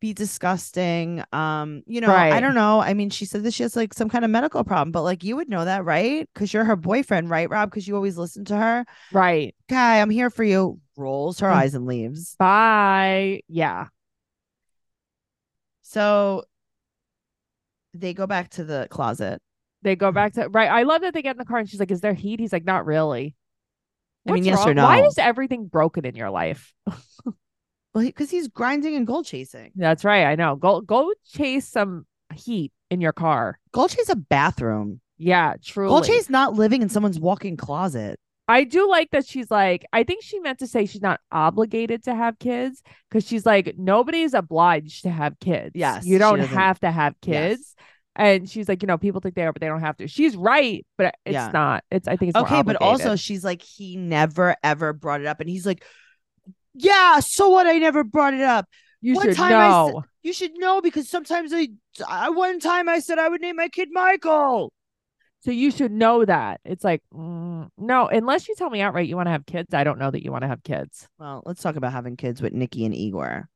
Speaker 2: be disgusting um you know i
Speaker 3: Right.
Speaker 2: don't know i mean she said that she has like some kind of medical problem but like you would know that right because you're her boyfriend right rob because you always listen to her
Speaker 3: Right.
Speaker 2: okay i'm here for you rolls her
Speaker 3: Mm.
Speaker 2: eyes and leaves
Speaker 3: Bye. Yeah.
Speaker 2: So they go back to the closet.
Speaker 3: They go back to right. I love that they get in the car and she's like, "Is there heat?" He's like, "Not really."
Speaker 2: I mean,
Speaker 3: What's
Speaker 2: yes or
Speaker 3: wrong? Why
Speaker 2: no?
Speaker 3: is everything broken in your life?
Speaker 2: Well, because he's grinding and goal chasing.
Speaker 3: That's right. I know. Go go chase some heat in your car.
Speaker 2: Goal chase a bathroom.
Speaker 3: Yeah, truly.
Speaker 2: Goal chase not living in someone's walk-in closet.
Speaker 3: I do like that she's like, I think she meant to say she's not obligated to have kids because she's like, nobody's obliged to have kids.
Speaker 2: Yes, she
Speaker 3: You don't
Speaker 2: doesn't-
Speaker 3: have to have
Speaker 2: Yes.
Speaker 3: kids. And she's like, you know, people think they are, but they don't have to. She's right, but it's
Speaker 2: Yeah.
Speaker 3: not. It's I think it's more
Speaker 2: okay, but also
Speaker 3: obligated.
Speaker 2: she's like, he never ever brought it up, and he's like, yeah, so what? I never brought it up.
Speaker 3: you
Speaker 2: one
Speaker 3: should
Speaker 2: time I s-
Speaker 3: know.
Speaker 2: You should know because sometimes I, I one time I said I would name my kid Michael.
Speaker 3: so you should know that. It's like, mm, no, unless you tell me outright you want to have kids, I don't know that you want to have kids.
Speaker 2: Well, let's talk about having kids with Nikki and Igor.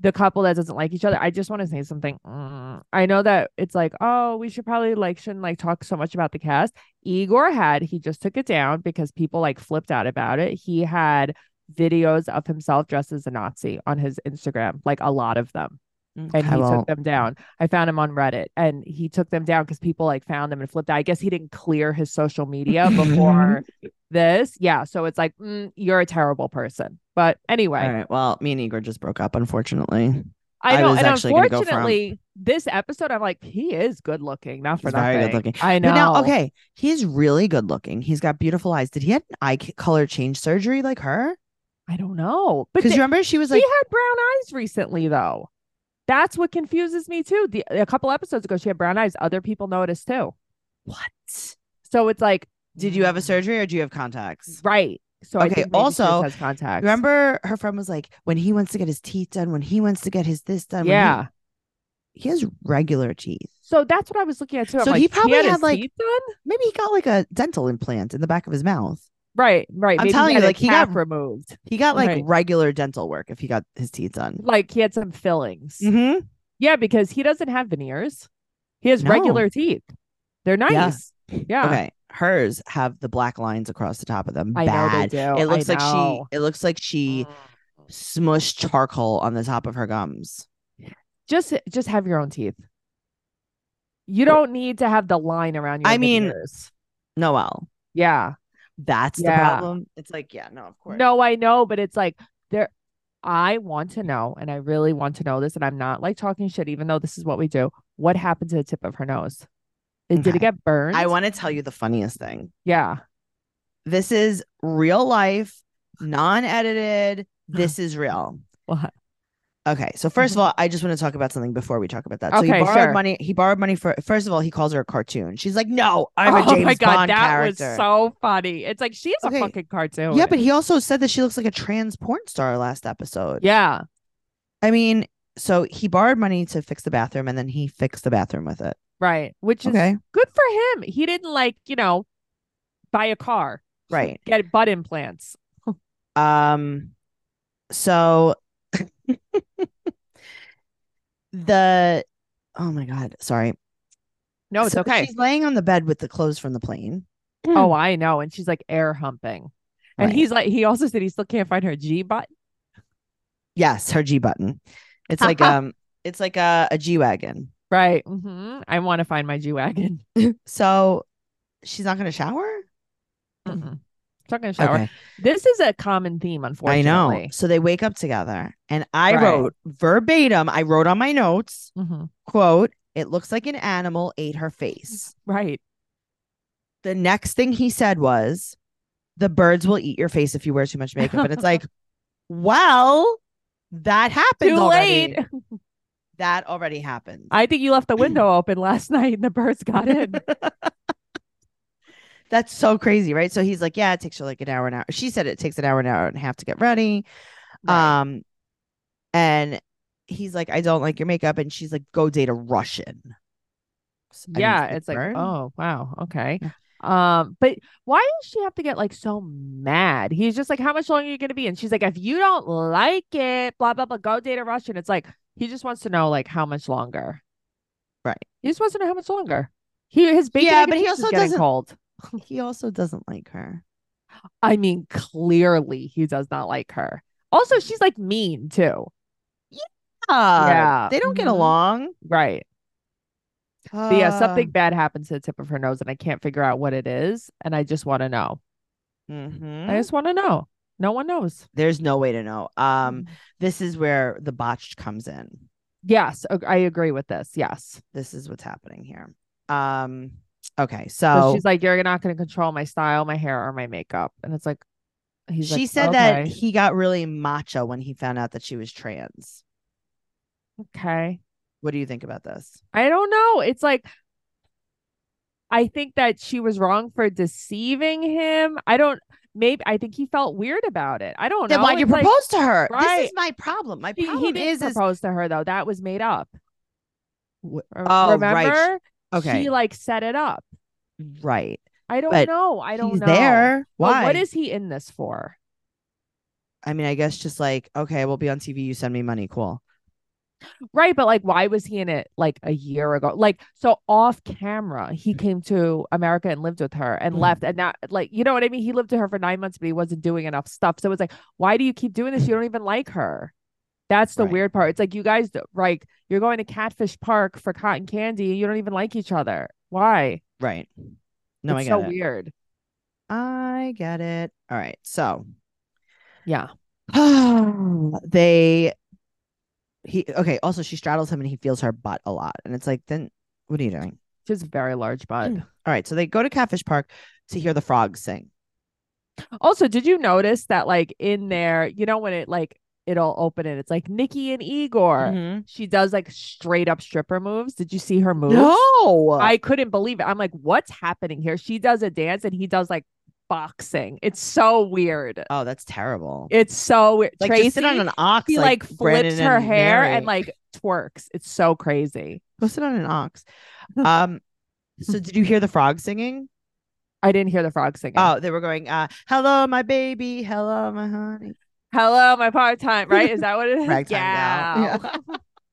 Speaker 3: the couple that doesn't like each other. I just want to say something. Mm, I know that it's like, oh, we should probably like shouldn't like talk so much about the cast. Igor had he just took it down because people like flipped out about it. He had videos of himself dressed as a Nazi on his Instagram, like a lot of them, and he took them down. I found him on Reddit, and he took them down because people like found them and flipped. out. I guess he didn't clear his social media before this. Yeah, so it's like mm, you're a terrible person. But anyway,
Speaker 2: All right. Well, me and Igor just broke up, unfortunately. I
Speaker 3: I know,
Speaker 2: was
Speaker 3: and
Speaker 2: actually gonna go for 'em.
Speaker 3: unfortunately, this episode, I'm like, he is good looking, not for
Speaker 2: He's very
Speaker 3: nothing.
Speaker 2: good looking.
Speaker 3: I know.
Speaker 2: But now, okay, he's really good looking. He's got beautiful eyes. Did he have an eye c- color change surgery like her?
Speaker 3: I don't know, but
Speaker 2: Because
Speaker 3: th-
Speaker 2: remember, she was
Speaker 3: she
Speaker 2: like,
Speaker 3: had brown eyes recently, though. That's what confuses me too. The, a couple episodes ago, she had brown eyes. Other people noticed too.
Speaker 2: "What?
Speaker 3: So it's like,
Speaker 2: Did you have a
Speaker 3: mm,
Speaker 2: surgery or do you have contacts?"
Speaker 3: Right. So I
Speaker 2: Okay,
Speaker 3: think maybe she just
Speaker 2: also,
Speaker 3: has contacts.
Speaker 2: Remember, her friend was like, "When he wants to get his teeth done, when he wants to get his this done, when he-
Speaker 3: Yeah.
Speaker 2: he, has regular teeth.
Speaker 3: So that's what I was looking at too. I'm
Speaker 2: So
Speaker 3: like,
Speaker 2: he probably
Speaker 3: had,
Speaker 2: had,
Speaker 3: his
Speaker 2: like-
Speaker 3: teeth done?
Speaker 2: Maybe he got like a dental implant in the back of his mouth.
Speaker 3: Right. Right.
Speaker 2: I'm
Speaker 3: Maybe
Speaker 2: telling
Speaker 3: he
Speaker 2: you,
Speaker 3: had a
Speaker 2: like, he got-
Speaker 3: cap removed.
Speaker 2: He got like
Speaker 3: Right.
Speaker 2: regular dental work if he got his teeth done.
Speaker 3: Like he had some fillings.
Speaker 2: Mm-hmm.
Speaker 3: Yeah, because he doesn't have veneers. He has
Speaker 2: No.
Speaker 3: regular teeth. They're
Speaker 2: Yeah.
Speaker 3: nice. Yeah.
Speaker 2: Okay, hers have the black lines across the top of them.
Speaker 3: I
Speaker 2: Bad.
Speaker 3: know they do.
Speaker 2: It looks
Speaker 3: I
Speaker 2: like
Speaker 3: know. Oh.
Speaker 2: she. It looks like she smushed charcoal on the top of her gums.
Speaker 3: just just have your own teeth. You don't need to have the line around your
Speaker 2: I mean-
Speaker 3: veneers.
Speaker 2: Noel,
Speaker 3: Yeah.
Speaker 2: that's the
Speaker 3: Yeah.
Speaker 2: problem. It's like, yeah, no, of course.
Speaker 3: No, I know, but it's like there I want to know and I really want to know this and I'm not like talking shit even though this is what we do. What happened to the tip of her nose? It Did
Speaker 2: Okay.
Speaker 3: it get burned?
Speaker 2: I want to tell you the funniest thing.
Speaker 3: Yeah.
Speaker 2: This is real life, non edited. This is real.
Speaker 3: What? Mm-hmm.
Speaker 2: Okay. So first of all, I just want to talk about something before we talk about that. so he
Speaker 3: Okay,
Speaker 2: borrowed
Speaker 3: sure.
Speaker 2: money. He borrowed money for first of all, he calls her a cartoon. She's like, No, I'm a
Speaker 3: oh
Speaker 2: James
Speaker 3: my god,
Speaker 2: Bond
Speaker 3: that
Speaker 2: character.
Speaker 3: was so funny. It's like she is
Speaker 2: Okay.
Speaker 3: a fucking cartoon.
Speaker 2: yeah, but he also said that she looks like a trans porn star last episode.
Speaker 3: yeah.
Speaker 2: I mean, so he borrowed money to fix the bathroom and then he fixed the bathroom with it.
Speaker 3: Right. Which is
Speaker 2: Okay.
Speaker 3: good for him. He didn't like, you know, buy a car,
Speaker 2: Right.
Speaker 3: get butt implants.
Speaker 2: Um so the oh my god, sorry.
Speaker 3: No, it's
Speaker 2: So
Speaker 3: okay.
Speaker 2: She's laying on the bed with the clothes from the plane.
Speaker 3: Oh, I know. And she's like air humping. And
Speaker 2: Right.
Speaker 3: he's like, he also said he still can't find her G button.
Speaker 2: Yes, her G button. It's like um it's like a, a G Wagon.
Speaker 3: Right. hmm I want to find my G Wagon.
Speaker 2: So she's not gonna shower?
Speaker 3: Mm-mm. It's not going Mm-hmm. to shower. This is a common theme,
Speaker 2: I
Speaker 3: unfortunately.
Speaker 2: know. So they wake up together and I
Speaker 3: Right.
Speaker 2: wrote verbatim, I wrote on my notes,
Speaker 3: Mhm.
Speaker 2: quote, it looks like an animal ate her face.
Speaker 3: Right.
Speaker 2: the next thing he said was, "The birds will eat your face if you wear too much makeup." And it's like, well, that happened
Speaker 3: Too
Speaker 2: already.
Speaker 3: late.
Speaker 2: That already happened.
Speaker 3: I think you left the window open last night and the birds got in.
Speaker 2: That's so crazy, right? So he's like, "Yeah, it takes you like an hour and hour." She said it takes an hour and hour and a half to get ready.
Speaker 3: Right.
Speaker 2: Um, and he's like, "I don't like your makeup," and she's like, "Go date a Russian." S- I mean,
Speaker 3: yeah. It's like,
Speaker 2: burn.
Speaker 3: oh, wow. Okay.
Speaker 2: Yeah.
Speaker 3: Um, but why does she have to get like so mad? He's just like, How much longer are you gonna be? And she's like, If you don't like it, blah blah blah, go date a Russian. It's like he just wants to know like how much longer.
Speaker 2: Right.
Speaker 3: He just wants to know how much longer. He his bacon,
Speaker 2: Yeah,
Speaker 3: egg, and
Speaker 2: but he
Speaker 3: cheese
Speaker 2: also
Speaker 3: is getting
Speaker 2: doesn't-
Speaker 3: cold.
Speaker 2: he also doesn't like her.
Speaker 3: I mean, clearly he does not like her. Also, she's like mean too.
Speaker 2: Uh,
Speaker 3: Yeah.
Speaker 2: they don't get
Speaker 3: Mhm.
Speaker 2: along.
Speaker 3: Right. But yeah,
Speaker 2: Uh,
Speaker 3: something bad happened to the tip of her nose, and I can't figure out what it is. And I just want to know.
Speaker 2: mhm.
Speaker 3: I just want to know. No one knows.
Speaker 2: There's no way to know.
Speaker 3: Mm-hmm.
Speaker 2: Um, this is where the botched comes in.
Speaker 3: Yes, ag- I agree with this. Yes.
Speaker 2: This is what's happening here. Um, okay,
Speaker 3: So
Speaker 2: so,
Speaker 3: she's like, you're not going to control my style, my hair, or my makeup. And it's like, he's
Speaker 2: she
Speaker 3: like,
Speaker 2: said that
Speaker 3: "Okay,
Speaker 2: he got really macho when he found out that she was trans.
Speaker 3: Okay.
Speaker 2: What do you think about this?
Speaker 3: I don't know. It's like, I think that she was wrong for deceiving him. I don't, maybe, I think he felt weird about it. I don't
Speaker 2: Then
Speaker 3: know.
Speaker 2: why'd you
Speaker 3: It's like,
Speaker 2: propose to her? This
Speaker 3: right.
Speaker 2: is my problem. My
Speaker 3: He, he
Speaker 2: problem
Speaker 3: didn't
Speaker 2: is, is
Speaker 3: propose to her though. That was made up.
Speaker 2: Wh-
Speaker 3: Re-
Speaker 2: oh,
Speaker 3: Remember?
Speaker 2: right. okay,
Speaker 3: She like set it up.
Speaker 2: right.
Speaker 3: I don't
Speaker 2: But
Speaker 3: know. I don't
Speaker 2: He's
Speaker 3: know.
Speaker 2: there.
Speaker 3: But
Speaker 2: Why?
Speaker 3: what is he in this for?
Speaker 2: I mean, I guess just like, okay, we'll be on TV. You send me money. Cool.
Speaker 3: Right, but like, why was he in it like a year ago? Like, so off camera,
Speaker 2: Mm.
Speaker 3: he came to America and lived with her and
Speaker 2: Mhm.
Speaker 3: left, and now, like, you know what I mean? He lived with her for nine months, but he wasn't doing enough stuff. So it's like, why do you keep doing this? You don't even like her. That's the
Speaker 2: Right.
Speaker 3: weird part. It's like you guys, do- like, you're going to Catfish Park for cotton candy. You don't even like each other. Why?
Speaker 2: Right. No,
Speaker 3: it's
Speaker 2: I get
Speaker 3: so
Speaker 2: it.
Speaker 3: weird.
Speaker 2: I get it. All right. So
Speaker 3: Yeah.
Speaker 2: they he okay, also she straddles him and he feels her butt a lot. And it's like, then what are you doing?
Speaker 3: Just very large butt.
Speaker 2: All right. So they go to Catfish Park to hear the frogs sing.
Speaker 3: Also, did you notice that, like, in there, you know, when it, like, it'll open and it's like Nikki and Igor. she does like straight up stripper moves. Did you see her moves?
Speaker 2: No.
Speaker 3: I couldn't believe it. I'm like, what's happening here? She does a dance and he does like boxing. It's so weird.
Speaker 2: oh, that's terrible.
Speaker 3: It's so weird.
Speaker 2: like
Speaker 3: Tracy,
Speaker 2: just sit on an ox.
Speaker 3: she like, flips
Speaker 2: Brandon
Speaker 3: her
Speaker 2: and
Speaker 3: hair
Speaker 2: Mary.
Speaker 3: and like twerks. It's so crazy.
Speaker 2: go sit on an ox. Um so did you hear the frog singing?
Speaker 3: I didn't hear the frog singing.
Speaker 2: Oh, they were going, uh, hello, my baby, hello, my honey.
Speaker 3: hello, my part time. Right? Is that what it is?
Speaker 2: Ragtime gal.
Speaker 3: yeah.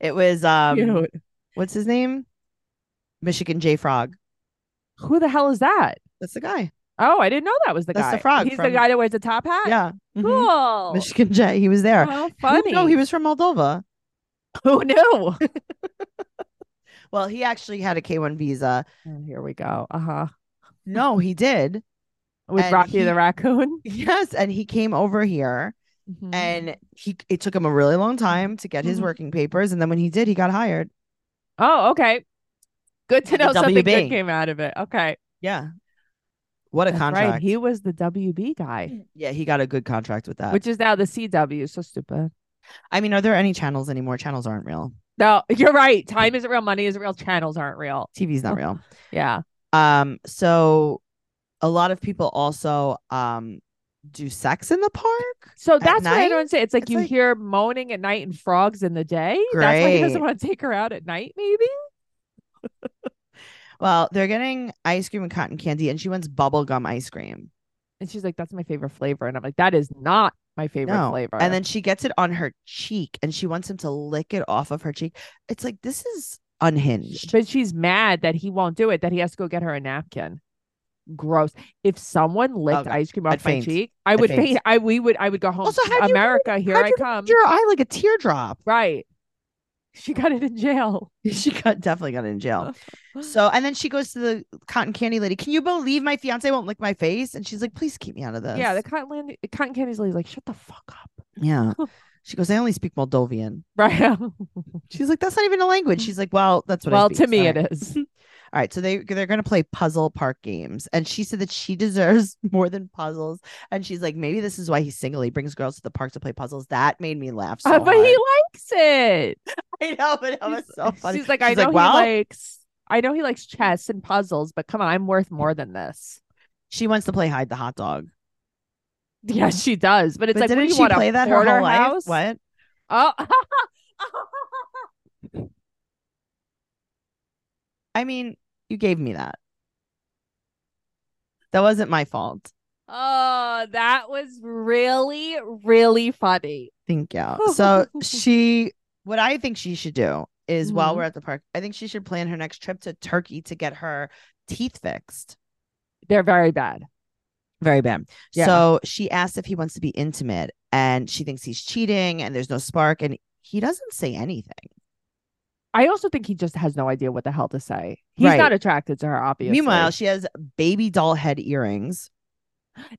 Speaker 2: It was um
Speaker 3: Cute.
Speaker 2: what's his name? Michigan J Frog.
Speaker 3: Who the hell is that?
Speaker 2: That's the guy.
Speaker 3: Oh, I didn't know that was the
Speaker 2: That's
Speaker 3: guy.
Speaker 2: the frog
Speaker 3: He's the
Speaker 2: from-
Speaker 3: guy that wears the top hat.
Speaker 2: Yeah. Mhm.
Speaker 3: Mm-hmm. Cool.
Speaker 2: Michigan J. He was there.
Speaker 3: How funny.
Speaker 2: Funny. No, he was from Moldova.
Speaker 3: Who knew?
Speaker 2: Well, he actually had a K1 visa.
Speaker 3: Oh, here we go. Uh huh.
Speaker 2: No, he did.
Speaker 3: with
Speaker 2: And
Speaker 3: Rocky
Speaker 2: he-
Speaker 3: the raccoon.
Speaker 2: Yes, and he came over here Mm-hmm.
Speaker 3: Mm-hmm.
Speaker 2: and he it took him a really long time to get his
Speaker 3: Mhm.
Speaker 2: working papers and then when he did, he got hired.
Speaker 3: oh, okay. Good to
Speaker 2: The
Speaker 3: know something
Speaker 2: WB.
Speaker 3: good came out of it. Okay,
Speaker 2: Yeah. What a
Speaker 3: That's
Speaker 2: contract.
Speaker 3: right. He was the WB guy,
Speaker 2: yeah, he got a good contract with that.
Speaker 3: which is now the CW. So stupid.
Speaker 2: I mean, are there any channels anymore? Channels aren't real.
Speaker 3: No, you're right. Time isn't real. Money isn't real. Channels aren't real.
Speaker 2: TV's not real.
Speaker 3: Yeah.
Speaker 2: Um, so a lot of people also um do sex in the park.
Speaker 3: So that's what
Speaker 2: night?
Speaker 3: I don't say. It's like
Speaker 2: It's
Speaker 3: you
Speaker 2: like-
Speaker 3: hear moaning at night and frogs in the day. That's why he doesn't
Speaker 2: Great.
Speaker 3: want to take her out at night. Maybe.
Speaker 2: Well, they're getting ice cream and cotton candy, and she wants bubblegum ice cream.
Speaker 3: And she's like, "That's my favorite flavor," and I'm like, "That is not my favorite
Speaker 2: No.
Speaker 3: flavor."
Speaker 2: And then she gets it on her cheek and she wants him to lick it off of her cheek. It's like this is unhinged.
Speaker 3: But she's mad that he won't do it, that he has to go get her a napkin. Gross. If someone licked
Speaker 2: God.
Speaker 3: ice cream off
Speaker 2: I'd
Speaker 3: my
Speaker 2: faint.
Speaker 3: cheek, I
Speaker 2: I'd
Speaker 3: would
Speaker 2: faint.
Speaker 3: faint. I we would I would go home.
Speaker 2: Also, how do you get
Speaker 3: America, here
Speaker 2: how'd
Speaker 3: I
Speaker 2: you
Speaker 3: come.
Speaker 2: Your eye like a teardrop.
Speaker 3: Right. She got it in jail.
Speaker 2: She got definitely got in jail. So and then she goes to the cotton candy lady. Can you believe my fiance won't lick my face? And she's like, please keep me out of this.
Speaker 3: Yeah, the cotton land, cotton candy's lady's like, shut the fuck up.
Speaker 2: yeah. She goes, I only speak Moldovan.
Speaker 3: Right.
Speaker 2: She's like, that's not even a language. She's like, well, that's what. I
Speaker 3: well,
Speaker 2: speak.
Speaker 3: to me
Speaker 2: Sorry.
Speaker 3: it is.
Speaker 2: All right, so they they're gonna play puzzle park games, and she said that she deserves more than puzzles, and she's like, maybe this is why he's single. He brings girls to the park to play puzzles. That made me laugh. So
Speaker 3: Uh, but he
Speaker 2: hard.
Speaker 3: likes it.
Speaker 2: I know, but that was
Speaker 3: She's-
Speaker 2: so funny.
Speaker 3: She's like, I know he
Speaker 2: "Well,"
Speaker 3: likes I know he likes chess and puzzles, but come on, I'm worth more than this.
Speaker 2: she wants to play hide the hot dog.
Speaker 3: Yeah, she does. But it's
Speaker 2: but
Speaker 3: like, what
Speaker 2: didn't
Speaker 3: do you
Speaker 2: she
Speaker 3: want, a
Speaker 2: play that her whole life?
Speaker 3: porterhouse?
Speaker 2: What?
Speaker 3: Oh,
Speaker 2: I mean, you gave me that. That wasn't my fault.
Speaker 3: oh, that was really, really funny.
Speaker 2: Thank you. So she, what I think she should do is while
Speaker 3: Mhm.
Speaker 2: we're at the park, I think she should plan her next trip to Turkey to get her teeth fixed.
Speaker 3: They're very bad.
Speaker 2: Very bad.
Speaker 3: Yeah.
Speaker 2: So she asked if he wants to be intimate and she thinks he's cheating and there's no spark and he doesn't say anything.
Speaker 3: I also think he just has no idea what the hell to say. He's
Speaker 2: Right.
Speaker 3: not attracted to her, obviously.
Speaker 2: Meanwhile, she has baby doll head earrings.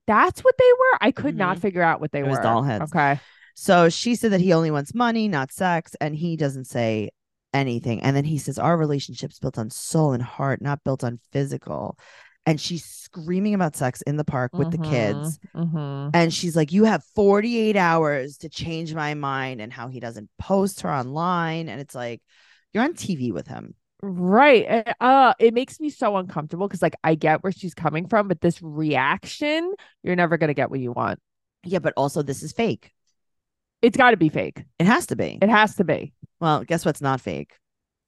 Speaker 3: That's what they were. I could not figure out what they
Speaker 2: Mm-hmm. It
Speaker 3: were.
Speaker 2: was doll heads.
Speaker 3: Okay.
Speaker 2: So she said that he only wants money, not sex, and he doesn't say anything. And then he says, Our relationship's built on soul and heart, not built on physical. And she's screaming about sex in the park with the kids.
Speaker 3: Mm-hmm.
Speaker 2: And she's like, You have 48 hours to change my mind, and how he doesn't post her online. And it's like, You're on TV with him.
Speaker 3: Right. and, Uh, it makes me so uncomfortable because, like, I get where she's coming from, but this reaction, you're never going to get what you want.
Speaker 2: Yeah, but also this is fake.
Speaker 3: It's got to be fake.
Speaker 2: It has to be.
Speaker 3: It has to be.
Speaker 2: Well, guess what's not fake?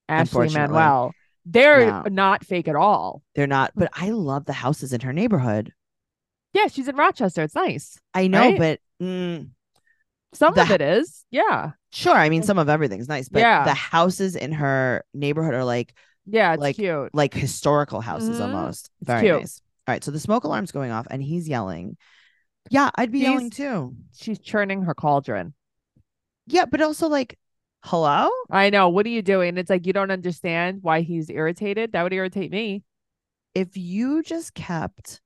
Speaker 3: Ashley
Speaker 2: Unfortunately.
Speaker 3: Manuel. They're
Speaker 2: No.
Speaker 3: not fake at all.
Speaker 2: They're not, but I love the houses in her neighborhood.
Speaker 3: Yeah, she's in Rochester. It's nice.
Speaker 2: I know,
Speaker 3: Right?
Speaker 2: but mm,
Speaker 3: Some of
Speaker 2: The-
Speaker 3: it is. Yeah.
Speaker 2: Sure. I mean, some of everything's nice, but
Speaker 3: Yeah.
Speaker 2: the houses in her neighborhood are like
Speaker 3: Yeah. It's
Speaker 2: Like,
Speaker 3: cute.
Speaker 2: like historical houses
Speaker 3: Mhm.
Speaker 2: almost. Very
Speaker 3: cute.
Speaker 2: nice. All right. So the smoke alarm's going off and he's yelling. Yeah, I'd be yelling
Speaker 3: He's-
Speaker 2: too.
Speaker 3: She's churning her cauldron.
Speaker 2: Yeah, but also like, hello?
Speaker 3: I know. What are you doing? It's like you don't understand why he's irritated. That would irritate me.
Speaker 2: If you just kept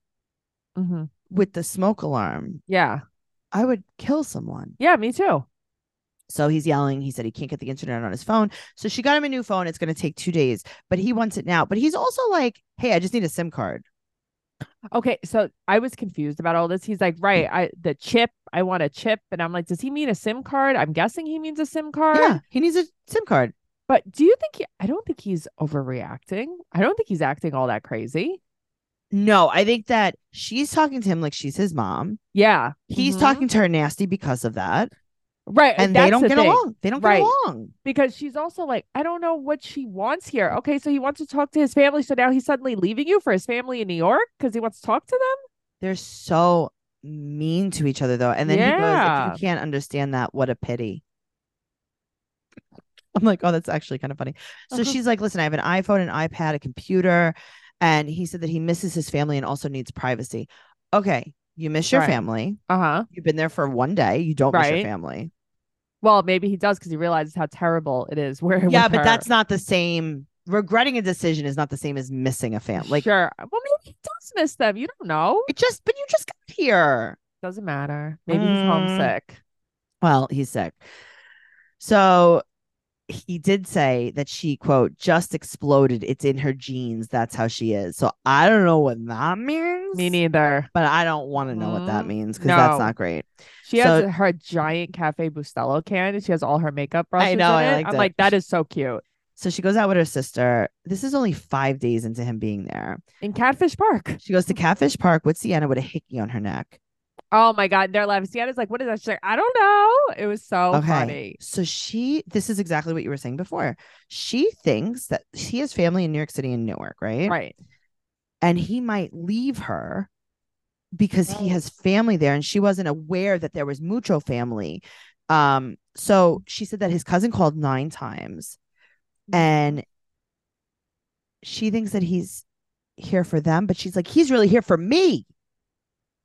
Speaker 3: hmm
Speaker 2: with the smoke alarm,
Speaker 3: Yeah.
Speaker 2: I would kill someone.
Speaker 3: Yeah. Me too.
Speaker 2: So he's yelling. He said he can't get the internet on his phone. So she got him a new phone. It's going to take two days, but he wants it now. But he's also like, hey, I just need a SIM card.
Speaker 3: Okay. So I was confused about all this. He's like, right.
Speaker 2: Mm.
Speaker 3: I the chip. I want a chip, and I'm like, does he mean a SIM card? I'm guessing he means a SIM card.
Speaker 2: Yeah, he needs a SIM card.
Speaker 3: But do you think? He, I don't think he's overreacting. I don't think he's acting all that crazy.
Speaker 2: No, I think that she's talking to him like she's his mom.
Speaker 3: Yeah.
Speaker 2: He's
Speaker 3: Mhm.
Speaker 2: talking to her nasty because of that.
Speaker 3: Right.
Speaker 2: And
Speaker 3: that's
Speaker 2: they don't
Speaker 3: the
Speaker 2: get
Speaker 3: thing.
Speaker 2: along. They don't
Speaker 3: Right.
Speaker 2: get along.
Speaker 3: because she's also like, I don't know what she wants here. Okay, so he wants to talk to his family. So now he's suddenly leaving you for his family in New York because he wants to talk to them.
Speaker 2: They're so mean to each other though. And then he
Speaker 3: Yeah.
Speaker 2: goes, if you can't understand that, what a pity. I'm like, oh, that's actually kind of funny. So
Speaker 3: Uh-huh.
Speaker 2: she's like, listen, I have an iPhone, an iPad, a computer. And he said that he misses his family and also needs privacy. Okay. You miss your
Speaker 3: Right.
Speaker 2: family.
Speaker 3: Uh huh.
Speaker 2: You've been there for one day. You don't miss your
Speaker 3: Right.
Speaker 2: family.
Speaker 3: Well, maybe he does because he realizes how terrible it is. Where
Speaker 2: yeah
Speaker 3: with
Speaker 2: but
Speaker 3: her.
Speaker 2: that's not the same regretting a decision is not the same as missing a fan like
Speaker 3: sure. Well, maybe he does miss them. You don't know.
Speaker 2: it just but you just got here
Speaker 3: Doesn't matter. Maybe he's
Speaker 2: Mm.
Speaker 3: homesick.
Speaker 2: well he's sick so he did say that she quote just exploded it's in her genes that's how she is so i don't know what that means
Speaker 3: Me neither.
Speaker 2: but i don't want to know what that
Speaker 3: Mhm.
Speaker 2: means because that's
Speaker 3: No.
Speaker 2: not great
Speaker 3: She has
Speaker 2: So-
Speaker 3: her giant Cafe Bustelo can, and she has all her makeup brushes.
Speaker 2: know, I
Speaker 3: in it.
Speaker 2: liked
Speaker 3: I'm
Speaker 2: it.
Speaker 3: like, that is so cute.
Speaker 2: so she goes out with her sister this is only five days into him being there
Speaker 3: In Catfish Park.
Speaker 2: she goes to catfish park with sienna with a hickey on her neck
Speaker 3: Oh my God, they're laughing. Sienna's like, what is that? She's like, I don't know. It was so funny.
Speaker 2: So she, this is exactly what you were saying before. She thinks that she has family in New York City and Newark, right?
Speaker 3: Right.
Speaker 2: And he might leave her because he
Speaker 3: Right.
Speaker 2: has family there, and she wasn't aware that there was mucho family. Um, so she said that his cousin called nine times,
Speaker 3: Mm-hmm.
Speaker 2: and she thinks that he's here for them, but she's like, he's really here for me.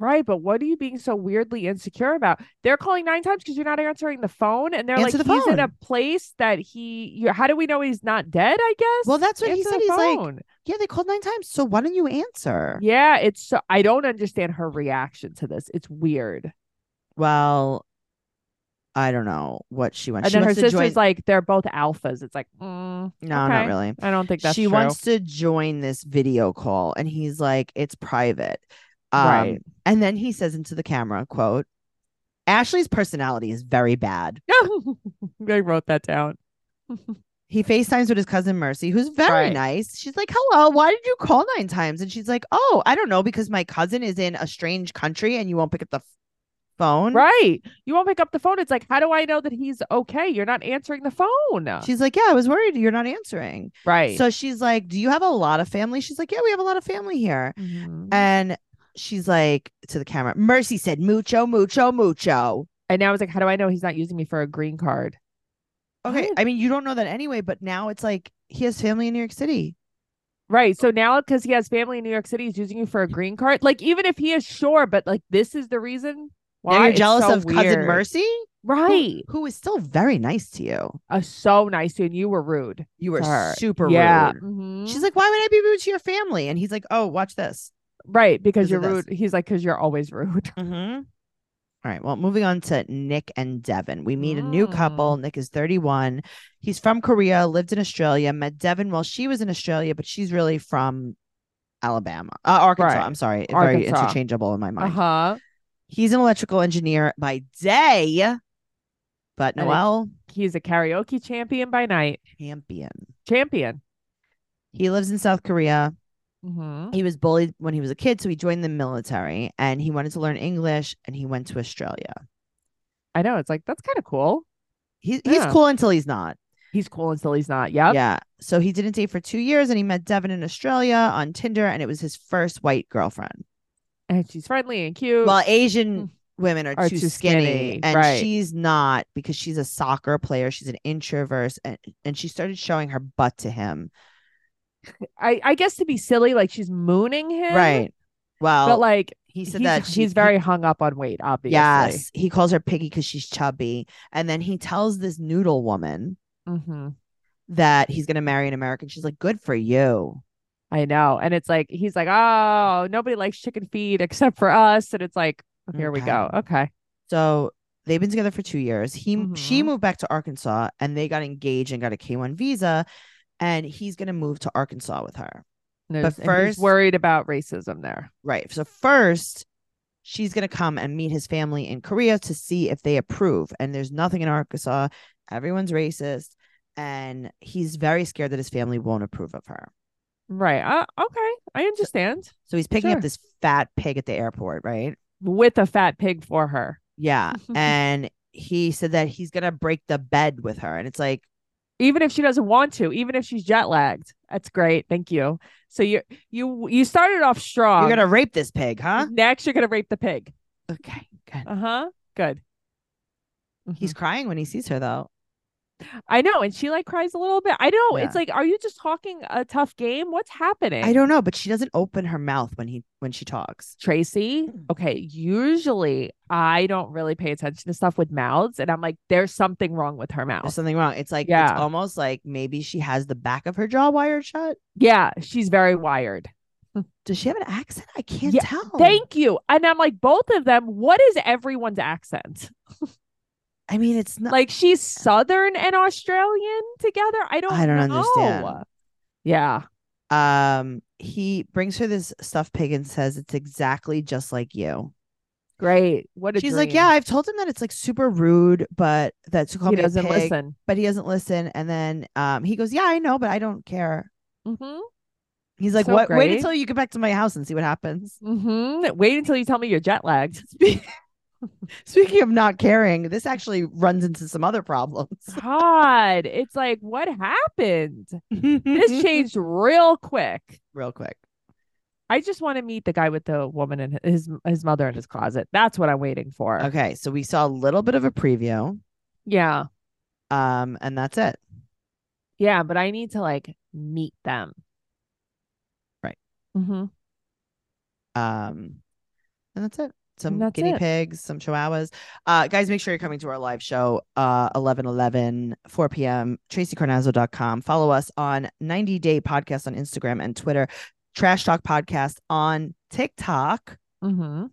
Speaker 3: Right, but what are you being so weirdly insecure about? They're calling nine times because you're not answering the phone, and they're
Speaker 2: Answer
Speaker 3: like,
Speaker 2: the
Speaker 3: he's in a
Speaker 2: phone.
Speaker 3: place that he. You, how do we know he's not dead? I guess.
Speaker 2: Well, that's what he
Speaker 3: Answer
Speaker 2: said.
Speaker 3: the
Speaker 2: He's like,
Speaker 3: phone.
Speaker 2: yeah, they called nine times, so why don't you answer?
Speaker 3: yeah, it's. So, I don't understand her reaction to this. It's weird.
Speaker 2: Well, I don't know what she wants.
Speaker 3: and
Speaker 2: she
Speaker 3: then her
Speaker 2: wants to join.
Speaker 3: sister's like, they're both alphas. It's like,
Speaker 2: no,
Speaker 3: mm,
Speaker 2: not
Speaker 3: okay.
Speaker 2: really.
Speaker 3: I don't think that's
Speaker 2: She
Speaker 3: true.
Speaker 2: wants to join this video call, and he's like, "It's private." Um,
Speaker 3: Right.
Speaker 2: And then he says into the camera, "Quote: Ashley's personality is very bad.
Speaker 3: I wrote that down.
Speaker 2: He FaceTimes with his cousin Mercy, who's very
Speaker 3: Right.
Speaker 2: nice. She's like, "Hello, why did you call nine times?" And she's like, "Oh, I don't know, because my cousin is in a strange country, and you won't pick up the f- phone."
Speaker 3: Right. You won't pick up the phone. It's like, how do I know that he's okay? You're not answering the phone.
Speaker 2: She's like, "Yeah, I was worried you're not answering."
Speaker 3: right.
Speaker 2: So she's like, "Do you have a lot of family?" She's like, "Yeah, we have a lot of family here."
Speaker 3: Mhm.
Speaker 2: And she's like to the camera, "Mercy said mucho, mucho, mucho."
Speaker 3: And now it's like, how do I know he's not using me for a green card?
Speaker 2: Okay,
Speaker 3: What?
Speaker 2: I mean, you don't know that anyway, but now it's like he has family in New York City.
Speaker 3: Right. So now, because he has family in New York City, he's using you for a green card. Like, even if he is sure, but like, this is the reason why
Speaker 2: Now you're
Speaker 3: It's
Speaker 2: jealous
Speaker 3: so
Speaker 2: of cousin
Speaker 3: weird.
Speaker 2: Mercy, who-
Speaker 3: Right.
Speaker 2: who is still very nice to you.
Speaker 3: Uh, so nice. to you, And you were rude.
Speaker 2: You
Speaker 3: to
Speaker 2: were
Speaker 3: her.
Speaker 2: super
Speaker 3: yeah.
Speaker 2: rude.
Speaker 3: mhm.
Speaker 2: She's like, "Why would I be rude to your family?" And he's like, "Oh, watch this."
Speaker 3: right because
Speaker 2: Because
Speaker 3: you're
Speaker 2: of
Speaker 3: rude. He's like, because you're always rude.
Speaker 2: Mm-hmm. All right. Well, moving on to Nick and Devin. We meet a new couple. Nick is 31. He's from Korea, lived in Australia, met Devin while she was in Australia, but she's really from Alabama, uh, Arkansas.
Speaker 3: Right.
Speaker 2: I'm sorry. Very
Speaker 3: Arkansas.
Speaker 2: interchangeable in my
Speaker 3: Uh
Speaker 2: mind.
Speaker 3: huh.
Speaker 2: He's an electrical engineer by day, but
Speaker 3: And it-
Speaker 2: Noel,
Speaker 3: He's a karaoke champion by night.
Speaker 2: champion.
Speaker 3: Champion.
Speaker 2: He lives in South Korea.
Speaker 3: Mm-hmm.
Speaker 2: He was bullied when he was a kid, so he joined the military and he wanted to learn English and he went to Australia.
Speaker 3: I know. It's like that's kind of cool.
Speaker 2: He, he's
Speaker 3: Yeah.
Speaker 2: cool until he's not.
Speaker 3: He's cool until he's not. Yep.
Speaker 2: Yeah. So he didn't date for two years and he met Devin in Australia on Tinder and it was his first white girlfriend.
Speaker 3: And she's friendly and cute.
Speaker 2: Well, Asian
Speaker 3: Hmm.
Speaker 2: women are, too, skinny, and
Speaker 3: right.
Speaker 2: she's not because she's a soccer player. She's an introvert and, and she started showing her butt to him.
Speaker 3: I, I guess to be silly, like she's mooning him.
Speaker 2: Right. Well,
Speaker 3: Eh. But like
Speaker 2: he said
Speaker 3: he's,
Speaker 2: that she-
Speaker 3: he's
Speaker 2: he-
Speaker 3: very hung up on weight, obviously.
Speaker 2: Yes. He calls her piggy because she's chubby. And then he tells this noodle woman
Speaker 3: hmm
Speaker 2: Mm-hmm. that he's going to marry an American. She's like, good for you.
Speaker 3: I know. And it's like he's like, Oh, nobody likes chicken feet except for us. And it's like, here we
Speaker 2: Okay.
Speaker 3: go. Okay.
Speaker 2: So they've been together for two years. He she
Speaker 3: Mhm.
Speaker 2: moved back to Arkansas and they got engaged and got a K one visa, and he's gonna move to Arkansas with her.
Speaker 3: And he's- and he's
Speaker 2: first-
Speaker 3: worried about racism there.
Speaker 2: Right. So first, she's gonna come and meet his family in Korea to see if they approve. And there's nothing in Arkansas. Everyone's racist, and he's very scared that his family won't approve of her.
Speaker 3: Right. Uh, okay. I understand.
Speaker 2: So he's picking
Speaker 3: Sure.
Speaker 2: up this fat pig at the airport, right?
Speaker 3: With a fat pig for her.
Speaker 2: Yeah. and he said that he's gonna break the bed with her, and it's like.
Speaker 3: Even if she doesn't want to, even if she's jet lagged. That's great. Thank you. So you you you started off strong.
Speaker 2: You're gonna rape this pig, huh?
Speaker 3: next you're gonna rape the pig.
Speaker 2: Okay, good.
Speaker 3: Uh-huh. Good.
Speaker 2: He's
Speaker 3: Mm-hmm.
Speaker 2: crying when he sees her, though.
Speaker 3: I know, and she like cries a little bit. I know. It's
Speaker 2: Yeah.
Speaker 3: like, are you just talking a tough game? What's happening?
Speaker 2: I don't know, but she doesn't open her mouth when he when she talks.
Speaker 3: Tracy.
Speaker 2: Mm.
Speaker 3: Okay, usually I don't really pay attention to stuff with mouths, and I'm like, there's something wrong with her
Speaker 2: There's
Speaker 3: mouth.
Speaker 2: something wrong. It's like
Speaker 3: Oh. Yeah.
Speaker 2: it's almost like maybe she has the back of her jaw wired shut.
Speaker 3: Yeah, she's very wired.
Speaker 2: Does she have an accent? I can't
Speaker 3: Yeah,
Speaker 2: tell.
Speaker 3: Thank you. And I'm like, both of them. What is everyone's accent?
Speaker 2: I mean, it's not.
Speaker 3: Like, she's Southern and Australian together. I don't.
Speaker 2: I don't
Speaker 3: know.
Speaker 2: understand.
Speaker 3: Yeah.
Speaker 2: um, he brings her this stuffed pig and says it's exactly just like you.
Speaker 3: Great. What a
Speaker 2: She's like,
Speaker 3: dream.
Speaker 2: yeah, I've told him that it's like super rude, but that's
Speaker 3: He doesn't listen.
Speaker 2: But he doesn't listen. And then um, he goes, yeah, I know, but I don't care.
Speaker 3: Mm-hmm.
Speaker 2: He's like,
Speaker 3: So
Speaker 2: what? Wait
Speaker 3: great.
Speaker 2: until you get back to my house and see what happens.
Speaker 3: Mm-hmm. Wait until you tell me you're jet lagged.
Speaker 2: Spe- Speaking of not caring, this actually runs into some other problems.
Speaker 3: God, it's like, what happened? This changed real quick.
Speaker 2: real quick.
Speaker 3: I just want to meet the guy with the woman and his his mother in his closet. That's what I'm waiting for.
Speaker 2: Okay, so we saw a little bit of a preview,
Speaker 3: Yeah.
Speaker 2: um, and that's it.
Speaker 3: Yeah, but I need to like meet them.
Speaker 2: Right.
Speaker 3: Mm-hmm.
Speaker 2: Um, and that's it. Some
Speaker 3: that's
Speaker 2: guinea
Speaker 3: it.
Speaker 2: pigs, some chihuahuas. Uh, guys, make sure you're coming to our live show, uh, 11 4 p.m., tracycarnazzo.com. Follow us on 90 Day Podcast on Instagram and Twitter, Trash Talk Podcast on TikTok.
Speaker 3: Mm-hmm.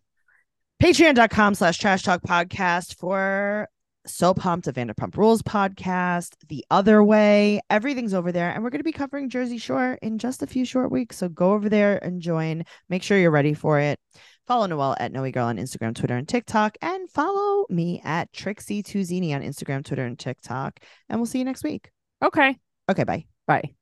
Speaker 2: patreon.com slash trash talk podcast for so pumped a vanderpump rules podcast the other way everything's over there and we're going to be covering jersey shore in just a few short weeks so go over there and join make sure you're ready for it follow noel at noe girl on instagram twitter and tiktok and follow me at trixie tuzini on instagram twitter and tiktok and we'll see you next week
Speaker 3: Okay.
Speaker 2: okay bye
Speaker 3: Bye.